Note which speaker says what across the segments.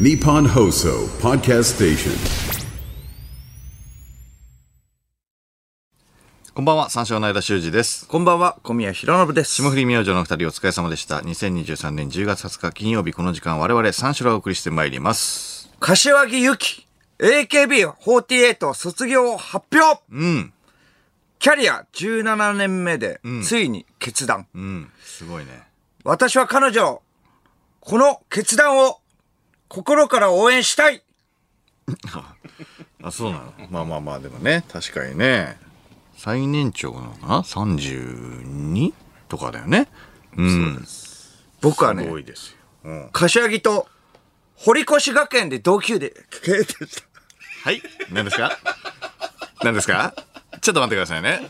Speaker 1: Nippon Hoso Podcast Station.
Speaker 2: こんばんは、三四郎の間修二です。
Speaker 3: こんばんは、小宮浩信です。
Speaker 2: 霜降り明星のお二人お疲れ様でした。2023年10月20日金曜日この時間我々三四郎をお送りしてまいります。
Speaker 3: 柏木由紀、AKB48 卒業発表
Speaker 2: うん、
Speaker 3: キャリア17年目で
Speaker 2: ん、
Speaker 3: ついに決断、
Speaker 2: うん、すごいね。
Speaker 3: 私は彼女を、この決断を、心から応援したい
Speaker 2: あ、そうなのまあまあまあ、でもね、確かにね。最年長なのかな ?32? とかだよね。うん、す
Speaker 3: 僕はね、
Speaker 2: ごいですよ。うん、
Speaker 3: 柏木と、堀越学園で同 級で、経営でした。
Speaker 2: はい何ですか何ですかちょっと待ってくださいね。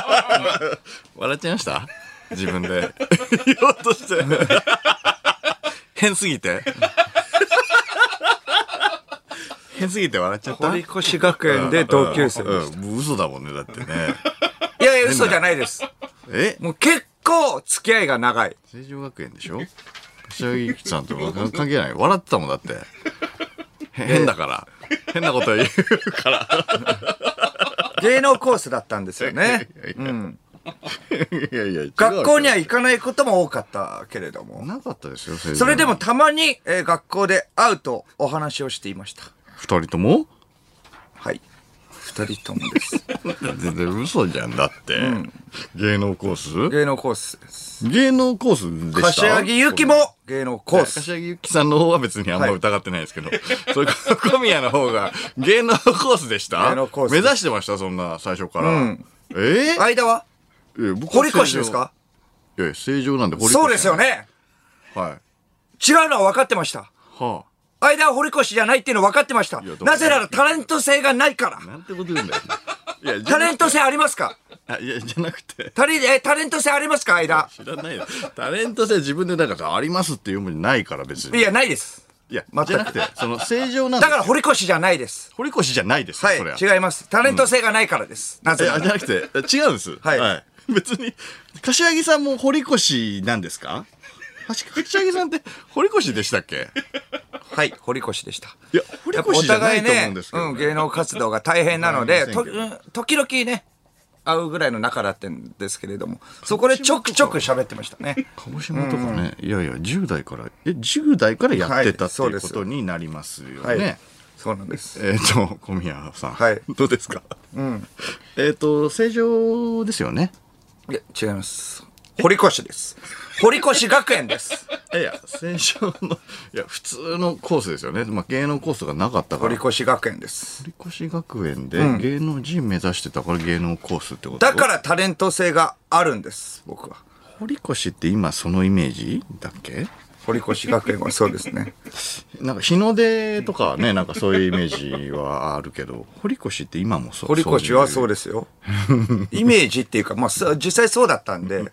Speaker 2: 笑っちゃいました自分で。 言おうとして。変すぎて。変すぎて笑っちゃった。
Speaker 3: 堀越学園で 同級生でし
Speaker 2: うん、もう嘘だもんね、だってね。
Speaker 3: た。いやいや、嘘じゃないです。
Speaker 2: え
Speaker 3: もう結構付き合いが長い。
Speaker 2: 成城学園でしょ柏木由紀さんと関係ない。笑ってたもんだって。へ変だから。変なこと言う。
Speaker 3: 芸能コースだったんですよね。
Speaker 2: いやいや、違う
Speaker 3: 学校には行かないことも多かったけれども。
Speaker 2: なかったですよ、成城
Speaker 3: それでもたまに、えー学校で会うとお話をしていました。
Speaker 2: 二人とも
Speaker 3: はい。二人とも です。
Speaker 2: 全然嘘じゃんだって、芸能コー
Speaker 3: 芸能コースです。
Speaker 2: ス芸能コースでした
Speaker 3: 柏木由紀も芸能コース。
Speaker 2: 柏木由紀さんの方は別にあんま疑ってないですけど、それから小宮の方が芸能コースでした
Speaker 3: 芸能コース
Speaker 2: 目指してましたそんな最初から、
Speaker 3: うん
Speaker 2: えー
Speaker 3: 間は
Speaker 2: え僕は
Speaker 3: 堀越ですか
Speaker 2: 正常いや正常なんで堀越
Speaker 3: そうですよね。
Speaker 2: はい
Speaker 3: 違うのは分かってました。
Speaker 2: は
Speaker 3: 間は堀越じゃないっていうの分かってました
Speaker 2: やどう。も
Speaker 3: なぜならタレント性がないから
Speaker 2: あ。なんてこと言うんだよいやじゃ
Speaker 3: タレント性ありますか
Speaker 2: あいやじゃなくて
Speaker 3: タレえタレント性ありますか間。
Speaker 2: 知らないよタレント性自分でなんかさありますっていうもんないから別
Speaker 3: い
Speaker 2: に
Speaker 3: や、ないです。
Speaker 2: いや
Speaker 3: 全く
Speaker 2: じゃなくてその正常なん
Speaker 3: だ
Speaker 2: で
Speaker 3: から堀越じゃないです。
Speaker 2: 堀越じゃないですよ
Speaker 3: は
Speaker 2: それ
Speaker 3: い。違います。タレント性がないからです。なぜ
Speaker 2: い
Speaker 3: な
Speaker 2: や、じゃ
Speaker 3: ら。
Speaker 2: なくて、違うんです。
Speaker 3: はい
Speaker 2: 別に、柏木さんも堀越なんですかはし柏木さんって堀越でしたっけ
Speaker 3: はい、堀越でした。
Speaker 2: いや、堀
Speaker 3: やっぱ
Speaker 2: 越
Speaker 3: お
Speaker 2: じゃな
Speaker 3: 互い
Speaker 2: いと思う
Speaker 3: ね
Speaker 2: んです、け
Speaker 3: う
Speaker 2: ど、
Speaker 3: ん、
Speaker 2: ね
Speaker 3: 芸能活動が大変なので、
Speaker 2: わ
Speaker 3: と
Speaker 2: かり
Speaker 3: うん時々ね、会うぐらいの仲だったんですけれども、そこでちょくちょく喋ってましたね。
Speaker 2: 鹿児島とかね、いやいや、10代から、え、10代からやってた
Speaker 3: はい
Speaker 2: って
Speaker 3: そう
Speaker 2: い
Speaker 3: で
Speaker 2: う
Speaker 3: す
Speaker 2: ことになりますよね。
Speaker 3: はい。そうなんです。
Speaker 2: えっ、と、小宮さん。
Speaker 3: はい
Speaker 2: どうですか
Speaker 3: うん。
Speaker 2: えっと、正常ですよね。
Speaker 3: いや、違います。堀越です。堀越学園です。
Speaker 2: いやいや、正常の、いや、普通のコースですよね。まあ、芸能コースがなかったから
Speaker 3: 堀。越学園です。
Speaker 2: 堀越学園で芸能人目指してたから芸能コースってこと
Speaker 3: だからタレント性があるんです、僕は。
Speaker 2: 堀越って今そのイメージだっけ
Speaker 3: 堀越学園はそうですね。
Speaker 2: なんか日の出とかは ねなんかそういうイメージはあるけど堀越って今もそう
Speaker 3: 堀越はそううですよ。イメージっていうか、まあ、そう実際そうだったん で、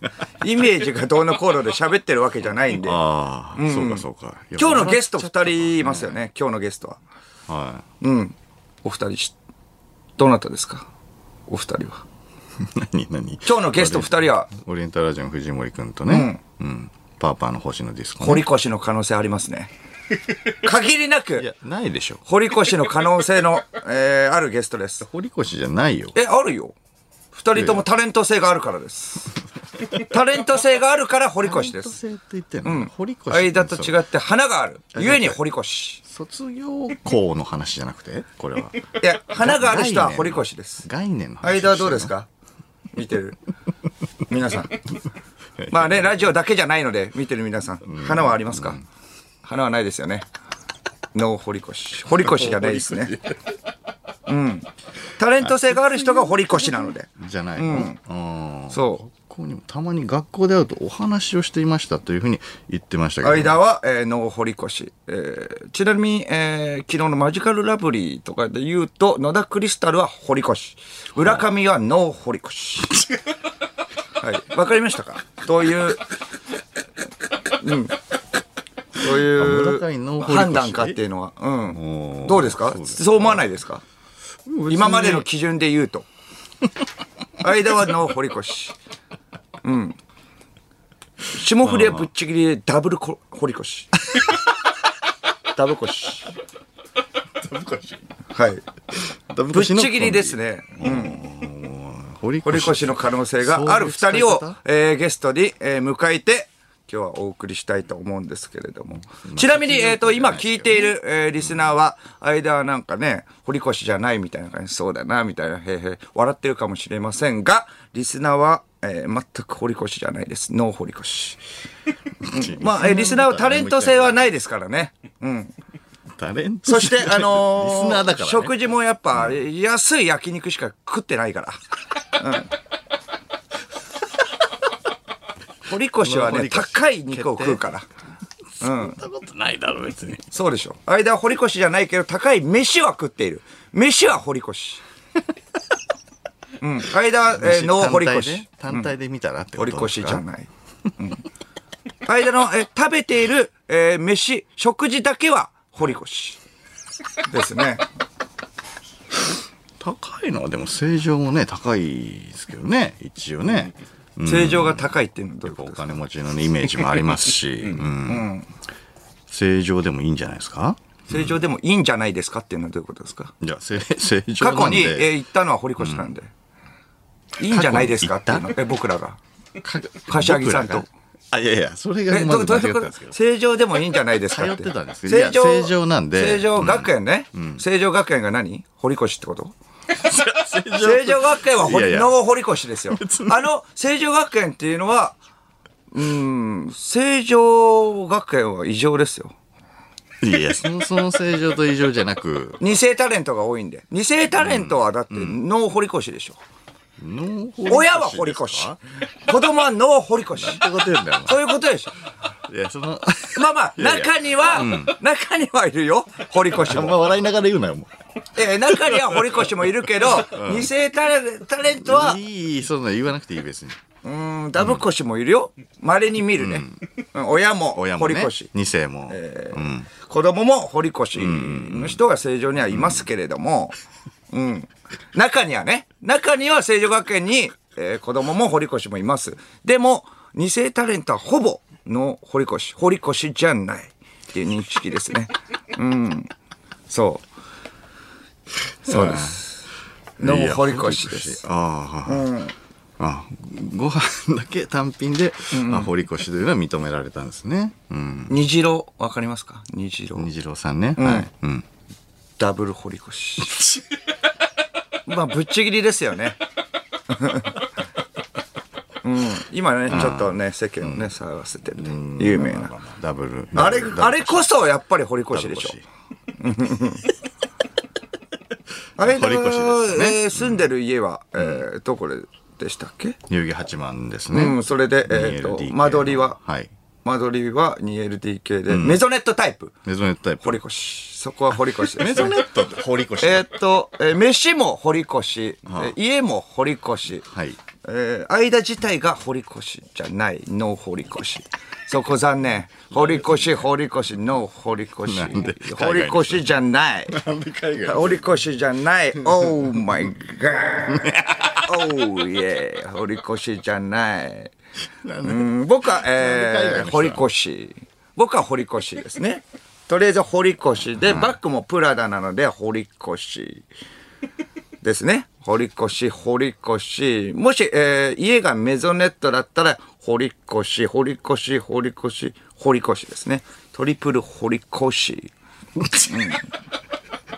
Speaker 3: イメージがどうのこうので喋ってるわけじゃないんで。
Speaker 2: ああ、そうかそうか
Speaker 3: 今日のゲスト
Speaker 2: 2
Speaker 3: 2人いますよね、今日のゲストは。
Speaker 2: 人は
Speaker 3: うん。お二人し、どなたですかお二人は。
Speaker 2: い何何
Speaker 3: 今日のゲスト2人は、
Speaker 2: オリエンタルラジオの藤森君とねうん、パーパーの星野ディスコね、
Speaker 3: 堀越の可能性あります ね。限りない
Speaker 2: や
Speaker 3: く、
Speaker 2: ないでしょ
Speaker 3: 堀越の可能性の、えーあるゲストです。
Speaker 2: 堀越じゃないよ
Speaker 3: え、あるよ。2人ともタレント性があるからです。タレント性があるから堀越で
Speaker 2: タレント
Speaker 3: す。
Speaker 2: 性って言ってんの、堀越って
Speaker 3: 間と
Speaker 2: そう
Speaker 3: 違って花がある。ゆえに堀越。い
Speaker 2: 卒業校の話じゃなくてこれは
Speaker 3: や、花 がある人は堀越です。
Speaker 2: 概念の話をしてる
Speaker 3: 間はどうですか 見てる皆さんまあねラジオだけじゃないので見てる皆さん花はありますか、花はないですよねノー堀越 堀越じゃないですねうんタレント性がある人が堀越なので
Speaker 2: じゃないの、うん
Speaker 3: そ
Speaker 2: 学校にもたまに学校で会うとお話をしていましたというふうに言ってました
Speaker 3: う
Speaker 2: けど、
Speaker 3: 間は、えー、ノー堀越、えーちなみに、えー昨日のマジカルラブリーとかで言うと野田クリスタルは堀越浦上はノー堀越はいわかりましたかどういうそう
Speaker 2: 村上
Speaker 3: い
Speaker 2: の
Speaker 3: う
Speaker 2: 堀越
Speaker 3: 判断かっていうのは、
Speaker 2: お
Speaker 3: う
Speaker 2: ー
Speaker 3: ん、どうですか
Speaker 2: そ
Speaker 3: そう
Speaker 2: で
Speaker 3: う
Speaker 2: す
Speaker 3: 思わないですか今までの基準で言うと間はの堀越うん霜降りはぶっちぎりでダブルこ堀越 ダブコシ。
Speaker 2: ダブコシ。
Speaker 3: はい。
Speaker 2: ダブ
Speaker 3: ぶ
Speaker 2: コ
Speaker 3: っ
Speaker 2: シ
Speaker 3: ち
Speaker 2: の
Speaker 3: ぎりですね。
Speaker 2: 堀
Speaker 3: 堀
Speaker 2: 越。
Speaker 3: 越の可能性がある
Speaker 2: そう
Speaker 3: 二
Speaker 2: いう
Speaker 3: 人
Speaker 2: 伝え
Speaker 3: を
Speaker 2: 方、
Speaker 3: えーゲストに、えー迎えて、今日はお送りしたいと思うんですけれども。ちなみに、えっ、と、今聞いている、えーリスナーは、間はなんかね、堀越じゃないみたいな感じ、そうだな、みたいな、へーへー笑ってるかもしれませんが、リスナーは、えー全く堀越じゃないです。ノー堀越。まあ、えーリスナーはタレント性はないですからね。
Speaker 2: タレント
Speaker 3: そして、あのー
Speaker 2: リスナーだからね
Speaker 3: 食事もやっぱ、安い焼肉しか食ってないから。うん。堀越は
Speaker 2: この堀
Speaker 3: ね、
Speaker 2: 越
Speaker 3: 高い肉を食うから。
Speaker 2: そんなことないだろ、別に。
Speaker 3: そうでしょ。間は堀越じゃないけど、高い飯は食っている。飯は堀越。うん。間は、えー、ノー堀
Speaker 2: 単
Speaker 3: 越
Speaker 2: 体。で単体で見たらってこと
Speaker 3: 堀
Speaker 2: ですか
Speaker 3: 越じゃない。うん、間の、え、食べている、えー飯、食事だけは堀越。ですね。
Speaker 2: 高いのはでも正常もね高いですけどね一応ね、
Speaker 3: 正常が高いっていうのはどういうこ
Speaker 2: お
Speaker 3: とですか
Speaker 2: 金持ちのねイメージもあります し、うん正常でもいいんじゃないですか
Speaker 3: 正常でもいいんじゃないですかっていうのはどういうことですか
Speaker 2: じゃあ正正常
Speaker 3: 過
Speaker 2: な
Speaker 3: 去
Speaker 2: ん
Speaker 3: に、えー
Speaker 2: で
Speaker 3: 言ったのは堀越なんで、いいんじゃないですかっていうのえ僕らが
Speaker 2: 過去
Speaker 3: 柏木さんと
Speaker 2: あいやいやそれが
Speaker 3: え
Speaker 2: ま
Speaker 3: ど
Speaker 2: ず
Speaker 3: どう
Speaker 2: 間違って
Speaker 3: いう
Speaker 2: た
Speaker 3: こ
Speaker 2: ん
Speaker 3: と
Speaker 2: ですけど
Speaker 3: 正常でもいいんじゃないですかっ
Speaker 2: 通
Speaker 3: て
Speaker 2: ってたんですけどいや正常なんで
Speaker 3: 正常学園ね、正常学園が何堀越ってこと
Speaker 2: 正常
Speaker 3: 正常学園は堀
Speaker 2: いやいや
Speaker 3: の堀越ですよあの正常学園っていうのはうん正常学園は異常ですよ
Speaker 2: いやいやそも そも正常と異常じゃなく
Speaker 3: 二世タレントが多いんで二世タレントはだってノー堀越でしょ、
Speaker 2: 脳
Speaker 3: 親は堀越。子供は脳堀越。
Speaker 2: ってこと言うんだよ
Speaker 3: そういうことでしょ。
Speaker 2: お前いやその
Speaker 3: まあまあ、
Speaker 2: いやいや
Speaker 3: 中には、中にはいるよ。堀越
Speaker 2: あんま
Speaker 3: も。
Speaker 2: 笑いながら言うなよも
Speaker 3: えー中には堀越もいるけど、二世タレタレントは
Speaker 2: う、いいそんなの言わなくていい別に
Speaker 3: うん、ダブ越もいるよ。稀に見るね。うん親も
Speaker 2: 親も
Speaker 3: 堀
Speaker 2: ね
Speaker 3: 越。
Speaker 2: 二世も、うん
Speaker 3: 子供も堀越の人が正常にはいますけれども、うん。中にはね、中には正常学園に、えー子供も堀越もいます。でも、二世タレントはほぼの堀越、堀越じゃないっていう認識ですね。うん。そう。そうです。の
Speaker 2: いや
Speaker 3: 堀越です。
Speaker 2: ああ、はいはいあご飯だけ単品で、あ堀越というのは認められたんですね。うん。
Speaker 3: 虹色、わかりますか虹色。
Speaker 2: 虹郎さんね。はい。うん。
Speaker 3: ダブル堀越。まあ、ぶっちぎりですよね。 うん、今ね、ちょっとね、世間をね、騒がせてるね。有名な。
Speaker 2: ダブル。
Speaker 3: あれ
Speaker 2: ダブ、ル
Speaker 3: あれこそやっぱり堀
Speaker 2: ダ
Speaker 3: 越
Speaker 2: ブル
Speaker 3: でしょ
Speaker 2: 越。
Speaker 3: あれ、
Speaker 2: 堀越ですね
Speaker 3: えー住んでる家は、えーどこでしたっけ
Speaker 2: 代々木八幡です
Speaker 3: う
Speaker 2: ね。
Speaker 3: ん、それで、え
Speaker 2: 2LDK
Speaker 3: っと
Speaker 2: の、
Speaker 3: 間取りは、
Speaker 2: はい。
Speaker 3: 間取りは 2LDK で、メゾネットタイプ。
Speaker 2: メゾネットタイプ。
Speaker 3: 堀越。そこは堀越ですね。
Speaker 2: メゾネットって堀越。
Speaker 3: えーっと、えー飯も堀越、えー家も堀越、
Speaker 2: はい。
Speaker 3: えー間自体が堀越じゃない、ノー堀越。そこ残念。堀越、堀越、ノー堀
Speaker 2: なんで海
Speaker 3: 越。
Speaker 2: 外の人
Speaker 3: 堀越じゃない。
Speaker 2: なんで海外
Speaker 3: 堀越じゃない。Oh my god. oh yeah. 堀越じゃない。うん僕は、えー、
Speaker 2: なん
Speaker 3: 堀
Speaker 2: で海外
Speaker 3: 越。僕は堀越ですね。とりあえず堀越で、バッグもプラダなので堀越ですね。堀越、堀越。もし、えー家がメゾネットだったら、堀越、堀越、堀越、堀越ですね。トリプル堀 越。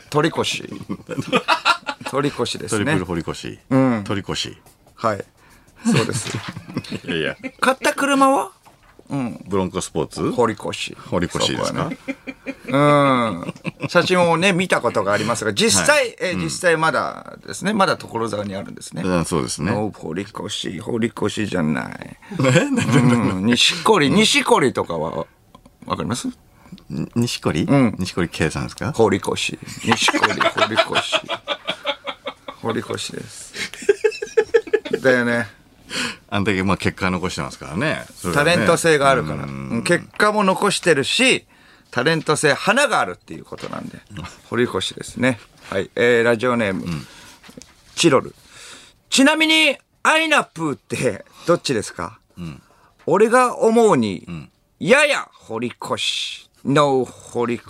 Speaker 3: 鳥越。 鳥越で
Speaker 2: ト
Speaker 3: す
Speaker 2: リプ
Speaker 3: ね
Speaker 2: ル。堀越。うん。堀越。い
Speaker 3: はい。そうです。
Speaker 2: やいや。
Speaker 3: 買った車は
Speaker 2: ブロンコスポーツ
Speaker 3: 堀越。
Speaker 2: 堀越です
Speaker 3: そこ
Speaker 2: か
Speaker 3: はね写真をね、見たことがありますが、実際、えー実際まだですね、まだ所沢にあるんですね。
Speaker 2: うんそうですね。
Speaker 3: お堀越、堀越じゃない。うん錦織、錦織とかは、わかります
Speaker 2: に錦織うん。錦織圭さんですか
Speaker 3: 堀越、錦織、堀越。堀越です。だよね。
Speaker 2: あんだけまあ結果残してますからね。それ
Speaker 3: タ
Speaker 2: はね
Speaker 3: レント性があるから。うん結果も残してるし、タレント性、花があるっていうことなんで。堀越ですね。はい。えー、ラジオネーム、チロル。ちなみに、アイナプーってどっちですか、俺が思うに、やや堀越ノー堀越。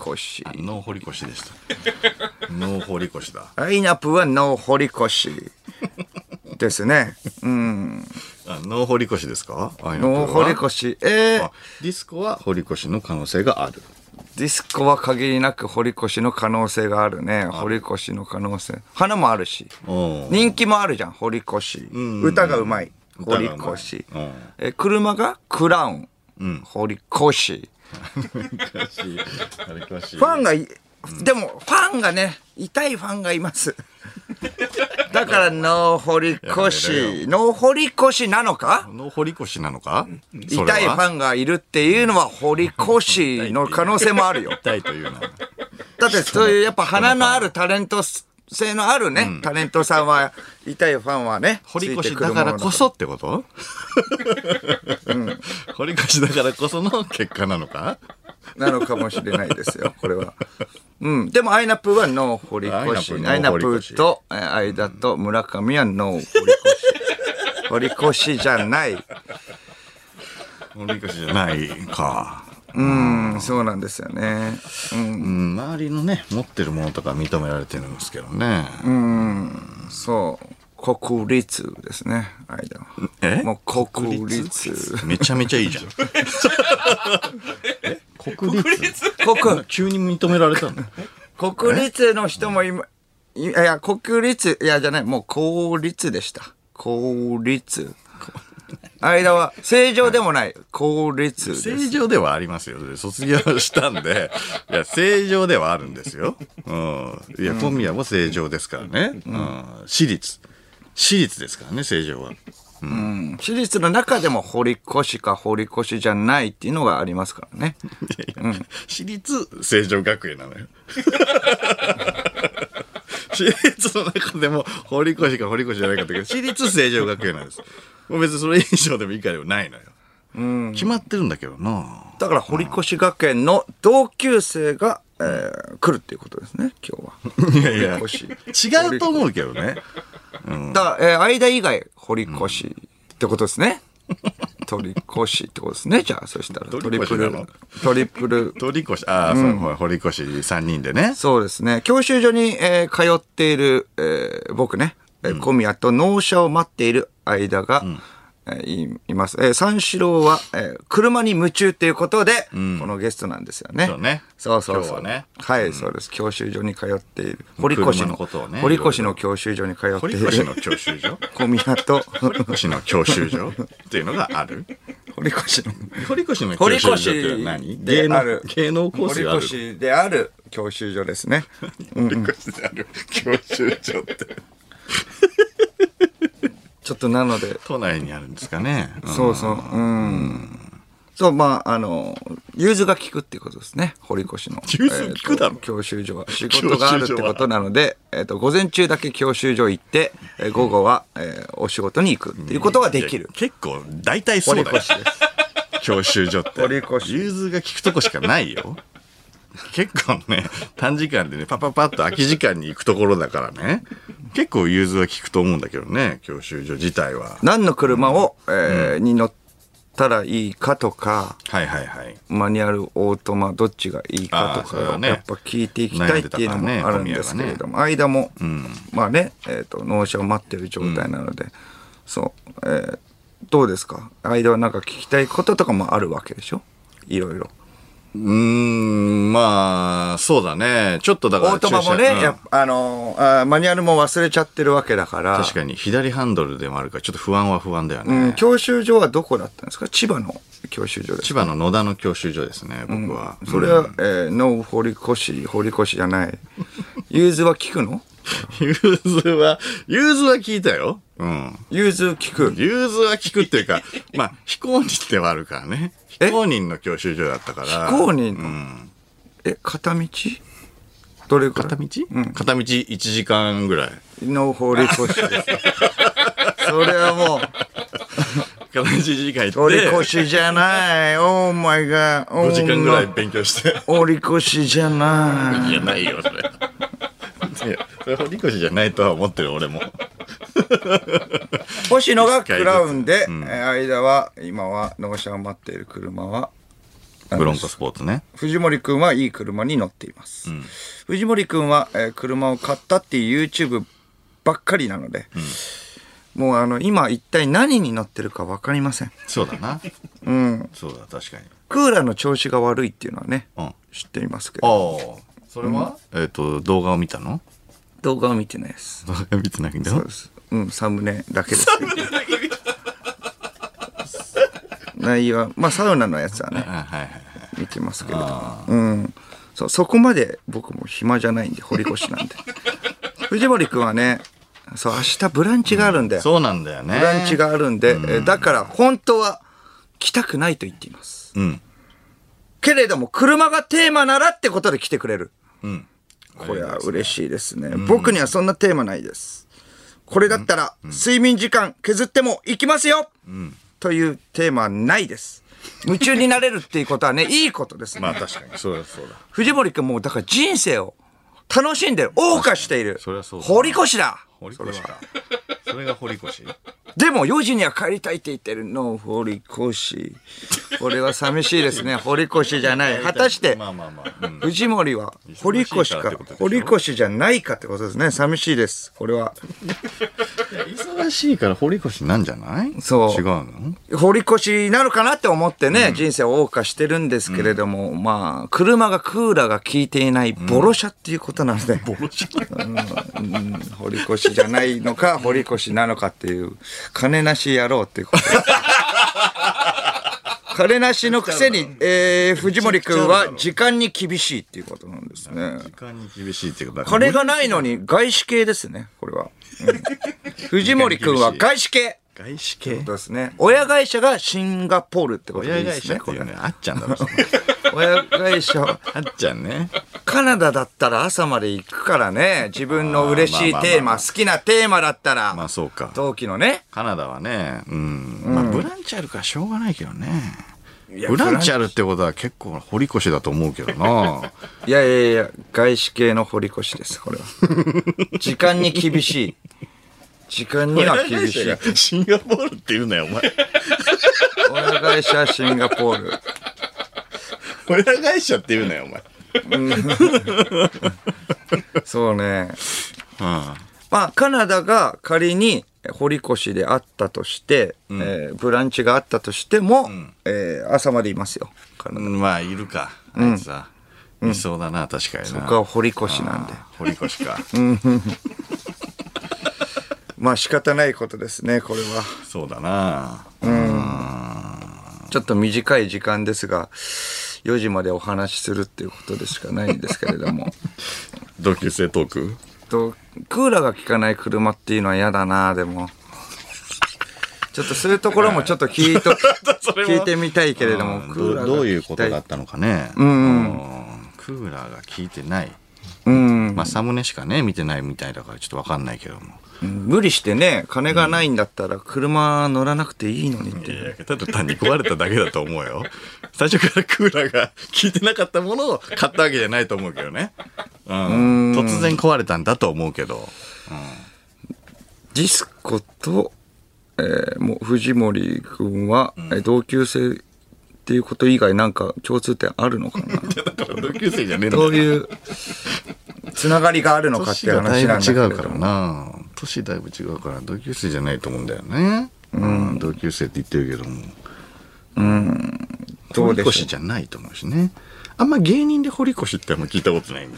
Speaker 2: ノー堀越でした。ノー堀越だ。
Speaker 3: ラインナップはノー堀越。ですね。
Speaker 2: あノー堀越ですか
Speaker 3: ノー堀。
Speaker 2: あ
Speaker 3: 越。えー
Speaker 2: あ、ディスコは堀越の可能性がある。
Speaker 3: ディスコは限りなく堀越の可能性があるね。堀越の可能性。花もあるし。
Speaker 2: おー
Speaker 3: 人気もあるじゃん、堀越。歌がうまい。
Speaker 2: 歌が
Speaker 3: 堀
Speaker 2: うまい
Speaker 3: 越
Speaker 2: うん。
Speaker 3: え、車がクラウン。堀越。
Speaker 2: 堀越
Speaker 3: ファンがい、でも、ファンがね、痛いファンが います。だから、ノー堀
Speaker 2: やめ
Speaker 3: 越。ノー堀越なのか
Speaker 2: ノー堀越なのか
Speaker 3: 痛いフ
Speaker 2: ン。
Speaker 3: ァンがいるっていうのは堀越の可能性もあるよ。
Speaker 2: 痛いというな。
Speaker 3: だってそういうやっぱ花のあるタレント性のあるね、タレントさんは痛いファンはね
Speaker 2: 堀
Speaker 3: つい
Speaker 2: 越
Speaker 3: てくる
Speaker 2: だ
Speaker 3: もの
Speaker 2: からこそってこと、堀越だからこその結果なのか
Speaker 3: なのかもしれないですよこれは。うん、でもアイナップはノー堀越ア
Speaker 2: ア
Speaker 3: イ
Speaker 2: イ
Speaker 3: ナ
Speaker 2: ナ
Speaker 3: ッ
Speaker 2: ップ
Speaker 3: プとえー間と村上はノー堀越堀越じゃない、
Speaker 2: 堀越じゃないか。
Speaker 3: うん、そうなんですよね、うん、
Speaker 2: うん、周りのね、持ってるものとか認められてるんですけどね。
Speaker 3: そう国立ですね間は
Speaker 2: え
Speaker 3: もう国立
Speaker 2: めちゃめちゃい いじゃん。え国立
Speaker 3: 国
Speaker 2: 急に認められたの
Speaker 3: 国立の人も今、いやいや、国立、いや、じゃない、もう公立でした。公立。間は、正常でもない、公立です。
Speaker 2: 正常ではありますよ。卒業したんで、いや、正常ではあるんですよ。うん。いや、小宮も正常ですからね。うん。私立。私立ですからね、正常は。
Speaker 3: 私立の中でも堀越か堀越じゃないっていうのがありますからね。
Speaker 2: 私立成城学園なのよ。私立の中でも堀越か堀越じゃないかってけど、私立成城学園なんです。もう別にそれ以上でも以下でもないのよ。決まってるんだけどな。
Speaker 3: だから、堀越学園の同級生が、えー来るっていうことですね、今日は。
Speaker 2: いやいや、
Speaker 3: 堀越
Speaker 2: 違うと思うけどね。
Speaker 3: だ、えー間以外、堀越ってことです ね。取り越しってことですね、じゃあ、そしたら。ト
Speaker 2: 取り
Speaker 3: リ
Speaker 2: 越
Speaker 3: プ
Speaker 2: しな
Speaker 3: ル
Speaker 2: の、
Speaker 3: トリプル
Speaker 2: 堀越、ああ、そうほら堀越3人でね。
Speaker 3: そうですね。教習所に、えー通っている、えー僕ね、えー小宮と納車を待っている間が、えーいいます、えー三四郎は、えー車に夢中ということで、このゲストなんですよね。
Speaker 2: そうね
Speaker 3: そうそうそう。
Speaker 2: 今日はね
Speaker 3: はい、そうです。教習所に通っている。堀
Speaker 2: 車
Speaker 3: 越の、
Speaker 2: のことをね
Speaker 3: 堀越の教習所に通って
Speaker 2: 堀
Speaker 3: いる
Speaker 2: 越の教習 所
Speaker 3: 小宮と、
Speaker 2: 堀越の教習所っていうのがある
Speaker 3: 堀越の、
Speaker 2: 堀越の
Speaker 3: 堀
Speaker 2: 教習所っていう
Speaker 3: 越
Speaker 2: のは何
Speaker 3: で
Speaker 2: 芸
Speaker 3: あ
Speaker 2: 能
Speaker 3: る、
Speaker 2: 芸能コースがある
Speaker 3: 堀越である教習所で すね。
Speaker 2: 堀越である教習所って。
Speaker 3: ちょっとなので、
Speaker 2: 都内にあるんですかね。うん
Speaker 3: そうそう。うん。そう、まあ、あの、融通が効くっていうことですね。堀越の。
Speaker 2: 融通効くだろ
Speaker 3: えーと教習所は。仕事があるってことなので、えっ、と、午前中だけ教習所行って、えー午後は、えーお仕事に行くっていうことができる
Speaker 2: いや。結構、大体そうだよ
Speaker 3: 堀越。
Speaker 2: 教習所って。
Speaker 3: 堀越
Speaker 2: 融通が効くとこしかないよ。結構ね、短時間でね、パパパッと空き時間に行くところだからね。結構融通が効くと思うんだけどね、教習所自体は。
Speaker 3: 何の車を、えーに乗ったらいいかとか、
Speaker 2: はいはいはい。
Speaker 3: マニュアル、オートマ、どっちがいいかと
Speaker 2: あーそれ
Speaker 3: か、
Speaker 2: はね
Speaker 3: やっぱ聞いていきたいっていうのもあるんですけれども、間も、まあね、えっ、と、納車を待ってる状態なので、そう、えーどうですか間はなんか聞きたいこととかもあるわけでしょいろいろ。
Speaker 2: うーん、まあ、そうだね。ちょっとだ
Speaker 3: オ
Speaker 2: から
Speaker 3: ートマもね、
Speaker 2: 駐車うん
Speaker 3: やっぱあのーあーマニュアルも忘れちゃってるわけだから、
Speaker 2: 確かに左ハンドルでもあるから、ちょっと不安は不安だよね。
Speaker 3: うん、教習所はどこだったんですか千葉の教習所です
Speaker 2: 千葉の野田の教習所ですね、僕は。
Speaker 3: それは、えーノー堀越、堀越じゃない。 融通は聞くの
Speaker 2: 融通は、融通は聞いたよ。うん。
Speaker 3: 融通聞く。
Speaker 2: 融通は聞くっていうか、 まあ、非公認ではあるからね。
Speaker 3: え
Speaker 2: 非公認の教習所だったから。
Speaker 3: 非公認の
Speaker 2: うん。
Speaker 3: え、片道どれくら
Speaker 2: 片
Speaker 3: い
Speaker 2: 道、片道1時間ぐらい。
Speaker 3: の堀越です。 それはもう、
Speaker 2: 片道1時間行っ
Speaker 3: 堀
Speaker 2: て、
Speaker 3: 越じゃない。オーマイガー。
Speaker 2: 5時間ぐらい。勉強して。
Speaker 3: 堀越じゃない
Speaker 2: や、 ないよ、それ。いや、それ堀越じゃないとは思ってる、俺も。
Speaker 3: い。星野がクラウンで、えー間は、今は、納車を待っている車は、
Speaker 2: ブロンコスポーツね。
Speaker 3: 藤森くんはいい車に乗っています。藤森くんは、えー車を買ったっていう YouTube ばっかりなので、もうあの、今一体何に乗ってるかわかりません。
Speaker 2: そうだな。うん。そうだ、確かに。
Speaker 3: クーラーの調子が悪いっていうのはね、
Speaker 2: うん
Speaker 3: 知っていますけ
Speaker 2: あ
Speaker 3: ど、
Speaker 2: あ。それは、えっ、と、動画を見たの
Speaker 3: 動画は見てないです。
Speaker 2: 動画見てないんだ
Speaker 3: そう
Speaker 2: よ
Speaker 3: で。す。うん、サムネだけですけど。内容は、まあサウナのやつはね、
Speaker 2: はいはいはい。
Speaker 3: 見てますけれど。うん。そう、そこまで僕も暇じゃないんで、堀越なんで。藤森くんはね、そう、明日ブランチがあるんだよ。
Speaker 2: そうなんだよね。
Speaker 3: ブランチがあるんで、えだから本当は来たくないと言っています。
Speaker 2: うん。
Speaker 3: けれども、車がテーマならってことで来てくれる。
Speaker 2: うん。
Speaker 3: これは嬉しいですね。僕にはそんなテーマないです。これだったら、睡眠時間削っても行きますよ、というテーマはないです。夢中になれるっていうこ とはね、いいことですね。
Speaker 2: まあ確かに、そうだそうだ。
Speaker 3: 藤森くんもうだから人生を楽しんでる、謳歌している。
Speaker 2: そりゃそうだ
Speaker 3: 堀越だ
Speaker 2: 堀越か。それが堀越
Speaker 3: でも4時には帰りたいって言ってるの、堀越。これは寂しいで すね、堀越じゃない。果たして、
Speaker 2: まあまあまあ。うん
Speaker 3: 藤森は堀越
Speaker 2: 忙しいからっ
Speaker 3: か
Speaker 2: てことでしょ
Speaker 3: 堀越じゃないかってことですね寂しいですこれは
Speaker 2: 忙しいから堀越なんじゃない
Speaker 3: そう
Speaker 2: 違うの
Speaker 3: 堀越なのかなって思ってね、人生を謳歌してるんですけれども、まあ車がクーラーが効いていないボロ車っていうことなので、ボロ車、うんうん、堀越じゃないのか堀越なのかっていう金なし野郎っていう こと金なしのくせに、えー藤森くんは時間に厳しいっていうことなんですね
Speaker 2: 時間に厳しいっていうか、だから
Speaker 3: 金がないのに外資系ですね、これは。 うん、藤森くんは外資系。
Speaker 2: 外資系
Speaker 3: そうですね。親会社がシンガポールってことでい
Speaker 2: 親
Speaker 3: いで
Speaker 2: 会
Speaker 3: す
Speaker 2: 社
Speaker 3: ね、
Speaker 2: って
Speaker 3: こ
Speaker 2: い
Speaker 3: れ
Speaker 2: う
Speaker 3: ね。
Speaker 2: ね、あっちゃんだろ、その
Speaker 3: 親会社は、
Speaker 2: あっちゃんね。
Speaker 3: カナダだったら朝まで行くからね、自分の嬉しいテーマ、好きなテーマだっ
Speaker 2: ま
Speaker 3: たら
Speaker 2: あ、そうか。
Speaker 3: 同期のね、
Speaker 2: カナダはね、うん。まあ、ブランチあるからしょうがないけどね。
Speaker 3: や
Speaker 2: ブランチあるってことは結構堀越だと思うけど な。
Speaker 3: いやいやいや、外資系の堀越です、 これは。時間に厳しい。時間には厳しい。
Speaker 2: シンガポールって言うなよ、お前。
Speaker 3: 親会社シンガポール。
Speaker 2: 親会社って言うなよ、お前。
Speaker 3: そうね。まあ、カナダが仮にえ堀越であったとして、えーブランチがあったとしても、えー朝までいますよ。カナダ
Speaker 2: うんまあ、いるか。あいつさ。いそうだな、確かにな。
Speaker 3: 僕は堀越なんで。
Speaker 2: 堀越か。
Speaker 3: まあ仕方ないことですね、これは。
Speaker 2: そうだな。
Speaker 3: ちょっと短い時間ですが、4時までお話しするっていうことでしかないんですけれ ども。
Speaker 2: 同級生トーク
Speaker 3: とクーラーが効かない車っていうのは嫌だなでもちょっとそういうところもちょっと聞 いと聞いてみたいけれども
Speaker 2: うん
Speaker 3: クーラーが
Speaker 2: どどういうことだったのかね、うんクーラーが効いてない、
Speaker 3: うん
Speaker 2: まあ、サムネしかね見てないみたいだからちょっと分かんないけども
Speaker 3: 無理してね金がないんだったら車乗らなくていいのにって
Speaker 2: いやただ単に壊れただけだと思うよ 最初からクーラーが効いてなかったものを買ったわけじゃないと思うけどね、うん、突然壊れたんだと思うけど
Speaker 3: ディスコと、えーもう藤森君は、えー同級生っていうこと以外なんか共通点あるのか な
Speaker 2: 同級生じゃねえ
Speaker 3: ど
Speaker 2: の
Speaker 3: ういうつながりがあるのかっ
Speaker 2: 年
Speaker 3: ていう
Speaker 2: がだい
Speaker 3: 話
Speaker 2: ぶ
Speaker 3: なんだけれ
Speaker 2: 違
Speaker 3: ど
Speaker 2: うからな年だいぶ違うから同級生じゃないと思うんだよね、うん、同級生って言ってるけども
Speaker 3: どうで
Speaker 2: 堀
Speaker 3: しょ
Speaker 2: 越じゃないと思うしねあんま芸人で堀越ってあんま聞いたこと ないね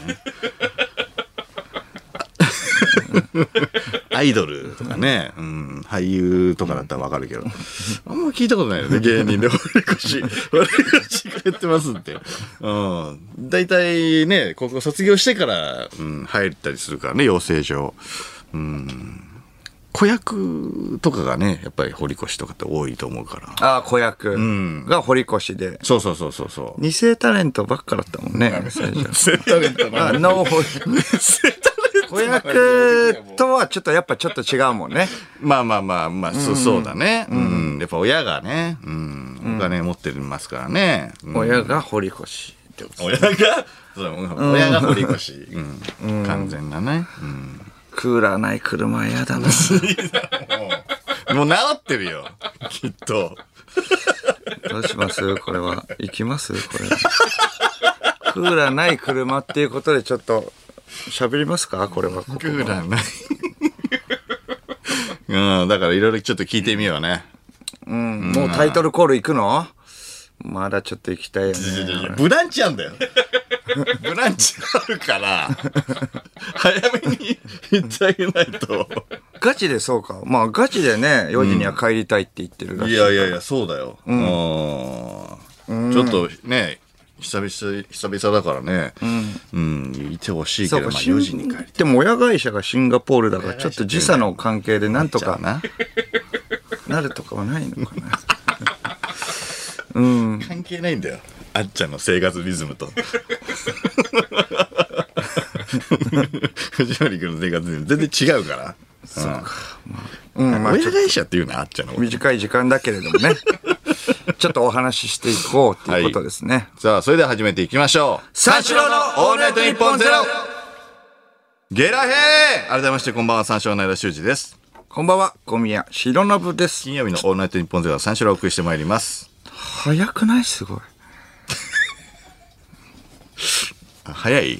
Speaker 2: アイドルとかね、うん、俳優とかだったらわかるけどあんま聞いたことないよね芸人で堀越堀越がやってますって、うん、大体ね高校卒業してから、うん、入ったりするからね養成所、うん、子役とかがねやっぱり堀越とかって多いと思うから
Speaker 3: うああ子役が堀越で、
Speaker 2: そうそうそうそうそう
Speaker 3: 二世タレントばっかだったもんね、最 初。
Speaker 2: セタレント
Speaker 3: あの、 ほ子役とはちょっとやっぱちょっと違うもんね。
Speaker 2: まあまあまあまあ、そうそうだね、うんやっぱ親がね、うん、お金持ってますからね、うん
Speaker 3: 親が堀越ってこと
Speaker 2: 親がそう親が堀越、うん完全なね、
Speaker 3: クーラーない車嫌だ
Speaker 2: う
Speaker 3: な。
Speaker 2: んもう治ってるよきっと
Speaker 3: どうしますこれは。行きますこれは。クーラーない車っていうことでちょっと喋りますかこれは。ここ
Speaker 2: クーラーない。 うん、だからいろいろちょっと聞いてみようね。
Speaker 3: うんもうタイトルコール行くのまだちょっと行きたいよね。
Speaker 2: ブランチなんだ よ。ブランチがあるから、早めに言ってあげないと。
Speaker 3: ガチでそうか。まあガチでね、4時には帰りたいって言ってるらし
Speaker 2: い
Speaker 3: い。
Speaker 2: やいやいや、そうだよ。うん。ちょっとね、久々、久々だからね。うん。いてほしいけ
Speaker 3: そう
Speaker 2: ど、
Speaker 3: か、
Speaker 2: まあ
Speaker 3: シン
Speaker 2: 4時に帰り
Speaker 3: でも親会社がシンガポールだから、ちょっと時差の関係でなんと
Speaker 2: たい
Speaker 3: か
Speaker 2: な。
Speaker 3: なるとかはないのかな。
Speaker 2: 関係ないんだよ。あっちゃんの生活リズ ムと。藤森君の生活リズム全然違うから。そうか。
Speaker 3: うん、まあち
Speaker 2: 親
Speaker 3: ょっと
Speaker 2: 会社っていうのはあっちゃんのこと。
Speaker 3: 短い時間だけれども ね。ちょっとお話ししていこうっていうことですね。
Speaker 2: さあ、それでは始めていきましょう。
Speaker 3: 三四郎のオールナイトニッポンゼロ
Speaker 2: ゲラヘー改めましてこんばんは、三四郎の間修二です。
Speaker 3: こんばんは、小宮白信です。
Speaker 2: 金曜日のオールナイトニッポンゼロは三四郎をお送りしてまいります。
Speaker 3: 早くないすごい。
Speaker 2: あ早い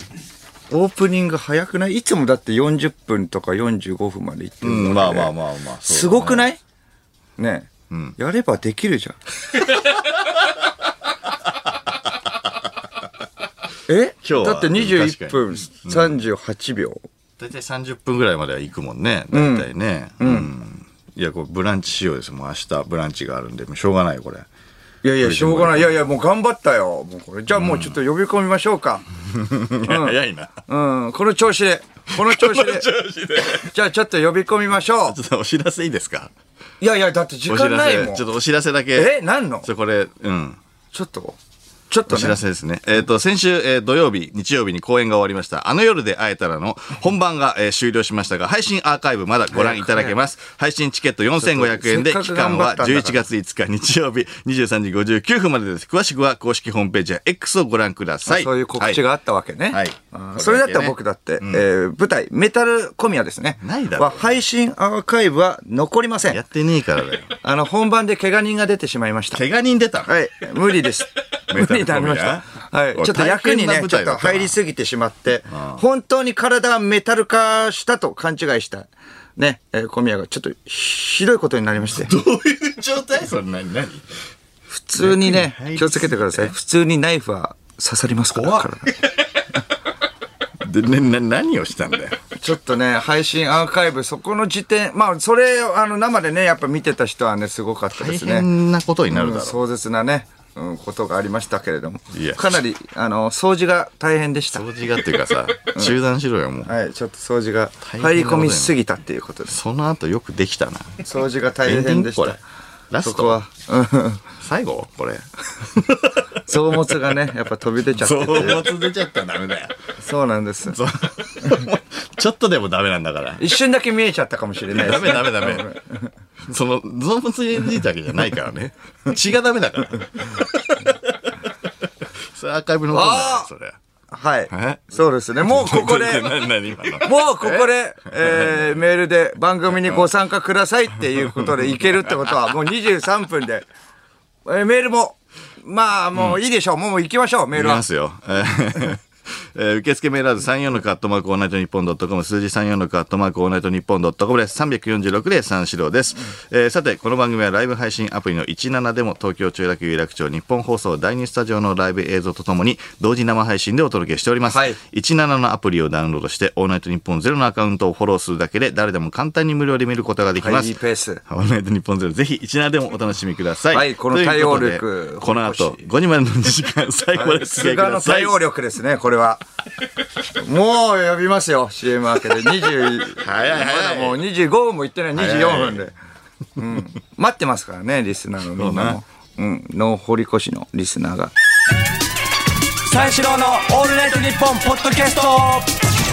Speaker 3: オープニング早くないいつもだって40分とか45分まで行ってる、
Speaker 2: うん、まあまあまあまあ。
Speaker 3: すごく
Speaker 2: い
Speaker 3: ないねえ、やればでき るじゃん。え
Speaker 2: 今日は
Speaker 3: だって21分38秒。
Speaker 2: 大体30分ぐらいまでは行くもんね。大体ね。うん。いや、これブランチ仕様です。もう明日ブランチがあるんで、もうしょうがないよ、これ。
Speaker 3: いやいや、しょうがない。いやいや、もう頑張ったよ。もうこれ。じゃあもうちょっと呼び込みましょうか。
Speaker 2: いや 早いな。
Speaker 3: うん、この調子で。この調子で。じゃあちょっと呼び込みましょう
Speaker 2: ちょ。っとお知らせいいですか
Speaker 3: いやいや、だって時
Speaker 2: お知
Speaker 3: 間
Speaker 2: ら
Speaker 3: ないも
Speaker 2: せ。
Speaker 3: ん
Speaker 2: ちょ。っとお知らせだけ。
Speaker 3: え、何の
Speaker 2: そう、これ、うん。
Speaker 3: ちょっと。ちょっと
Speaker 2: お知ら
Speaker 3: ね。
Speaker 2: せですね。えっ、と、先週、えー土曜日、日曜日に公演が終わりました。あの夜で会えたらの本番が、えー終了しましたが、配信アーカイブまだご覧いただけます。配信チケット4500円で、
Speaker 3: ちょっと
Speaker 2: 期
Speaker 3: せ
Speaker 2: 間
Speaker 3: っかく頑張っ
Speaker 2: は
Speaker 3: たんだか
Speaker 2: 11
Speaker 3: ら
Speaker 2: 月5日日曜日23時59分までです。詳しくは公式ホームページや X をご覧ください。
Speaker 3: そういう告知があったわけね。
Speaker 2: はい
Speaker 3: あーそれだったら僕だって、えー舞台、メタル小宮ですね。
Speaker 2: ないだろう
Speaker 3: は配信アーカイブは残りませ
Speaker 2: はいや
Speaker 3: ん
Speaker 2: っ。てねえからだよ。
Speaker 3: あの、本番で怪我人が出てしまいました。
Speaker 2: 怪我人出た。
Speaker 3: はい、無理 です。無
Speaker 2: メタ
Speaker 3: 理
Speaker 2: ル小宮
Speaker 3: になりました。はい、
Speaker 2: おい
Speaker 3: ちょっと役に
Speaker 2: 大変な
Speaker 3: ね
Speaker 2: 舞、
Speaker 3: ちょっ
Speaker 2: 台だ
Speaker 3: と
Speaker 2: ったな
Speaker 3: 入りすぎてしまって、本当に体がメタル化したと勘違いした。ね、えー小宮がちょっとひどいことになりまして、
Speaker 2: どういう状態そんなに何
Speaker 3: 普通にね
Speaker 2: 入りすぎ、て
Speaker 3: 気をつけてください。普通にナイフは刺さりますから。
Speaker 2: 怖っ
Speaker 3: 体
Speaker 2: で、ね、な何をしたんだよ。
Speaker 3: ちょっとね、配信アーカイブ、そこの時点、まあ、それ、あの、生でね、やっぱ見てた人はね、すごかったで
Speaker 2: 大
Speaker 3: すね。
Speaker 2: 変なことになるだ
Speaker 3: うん
Speaker 2: ろ
Speaker 3: 壮絶なね、うん、ことがありましたけれども
Speaker 2: いや、
Speaker 3: かなり、あの、掃除が大変でした
Speaker 2: う。。掃除がっていうかさ、中断しろよ、もう。
Speaker 3: はい、ちょっと掃除が
Speaker 2: 変なこと
Speaker 3: 入り込みすぎたっていうことです。
Speaker 2: その後よくできたな。
Speaker 3: 掃除が大変でし
Speaker 2: エンディングこれ
Speaker 3: た。
Speaker 2: ラ
Speaker 3: そ
Speaker 2: ス
Speaker 3: こ
Speaker 2: ト
Speaker 3: は、うん
Speaker 2: 最後これ。
Speaker 3: 臓物がね、やっぱ飛び出ち ゃ ってて、
Speaker 2: 出ちゃったらダメだよ。
Speaker 3: そうなんです。
Speaker 2: ちょっとでもダメなんだから。
Speaker 3: 一瞬だけ見えちゃったかもしれないで
Speaker 2: ダ
Speaker 3: す
Speaker 2: メダメダメ。 その、臓物についたわけじゃないからね。血がダメだ から。それアーカイブのことだよ
Speaker 3: あ、ー
Speaker 2: それ。
Speaker 3: はい
Speaker 2: え。
Speaker 3: そうですね。もうここ で、
Speaker 2: 何何今の
Speaker 3: もうここで、えーメールで番組にご参加くださいっていうことでいけるってこ とは、もう23分で、えーメールも、まあもういいでしょう。もう行きましょう、メール
Speaker 2: 見
Speaker 3: は
Speaker 2: ま。すよ。えーえー受付メールアドレス34のカットマークオールナイトニッポンドットコム数字34のカットマークオールナイトニッポンドットコムです346で三四郎です、えーさてこの番組はライブ配信アプリの17でも東京中楽有楽町日本放送第2スタジオのライブ映像とともに同時生配信でお届けしております、
Speaker 3: はい
Speaker 2: 17のアプリをダウンロードしてオールナイトニッポンゼロのアカウントをフォローするだけで誰でも簡単に無料で見ることができま
Speaker 3: はい、
Speaker 2: す、
Speaker 3: いいペース。
Speaker 2: オールナイトニッポンゼロ、ぜひ一覧でもお楽しみください。
Speaker 3: はいこの対応力
Speaker 2: ということでこの後、
Speaker 3: 欲しい
Speaker 2: 5時までの2時間、最後までお付き合
Speaker 3: 菅
Speaker 2: いくだ
Speaker 3: の
Speaker 2: さい。
Speaker 3: 対応力ですね、これは。もう呼びますよ、CM 明けで。20、
Speaker 2: 早い早い
Speaker 3: まだもう25分もいってない、24分で。うん待ってますからね、リスナーのみんなも。うん、の堀越のリスナーが。
Speaker 4: 三四郎のオールナイトニッポンポッドキャスト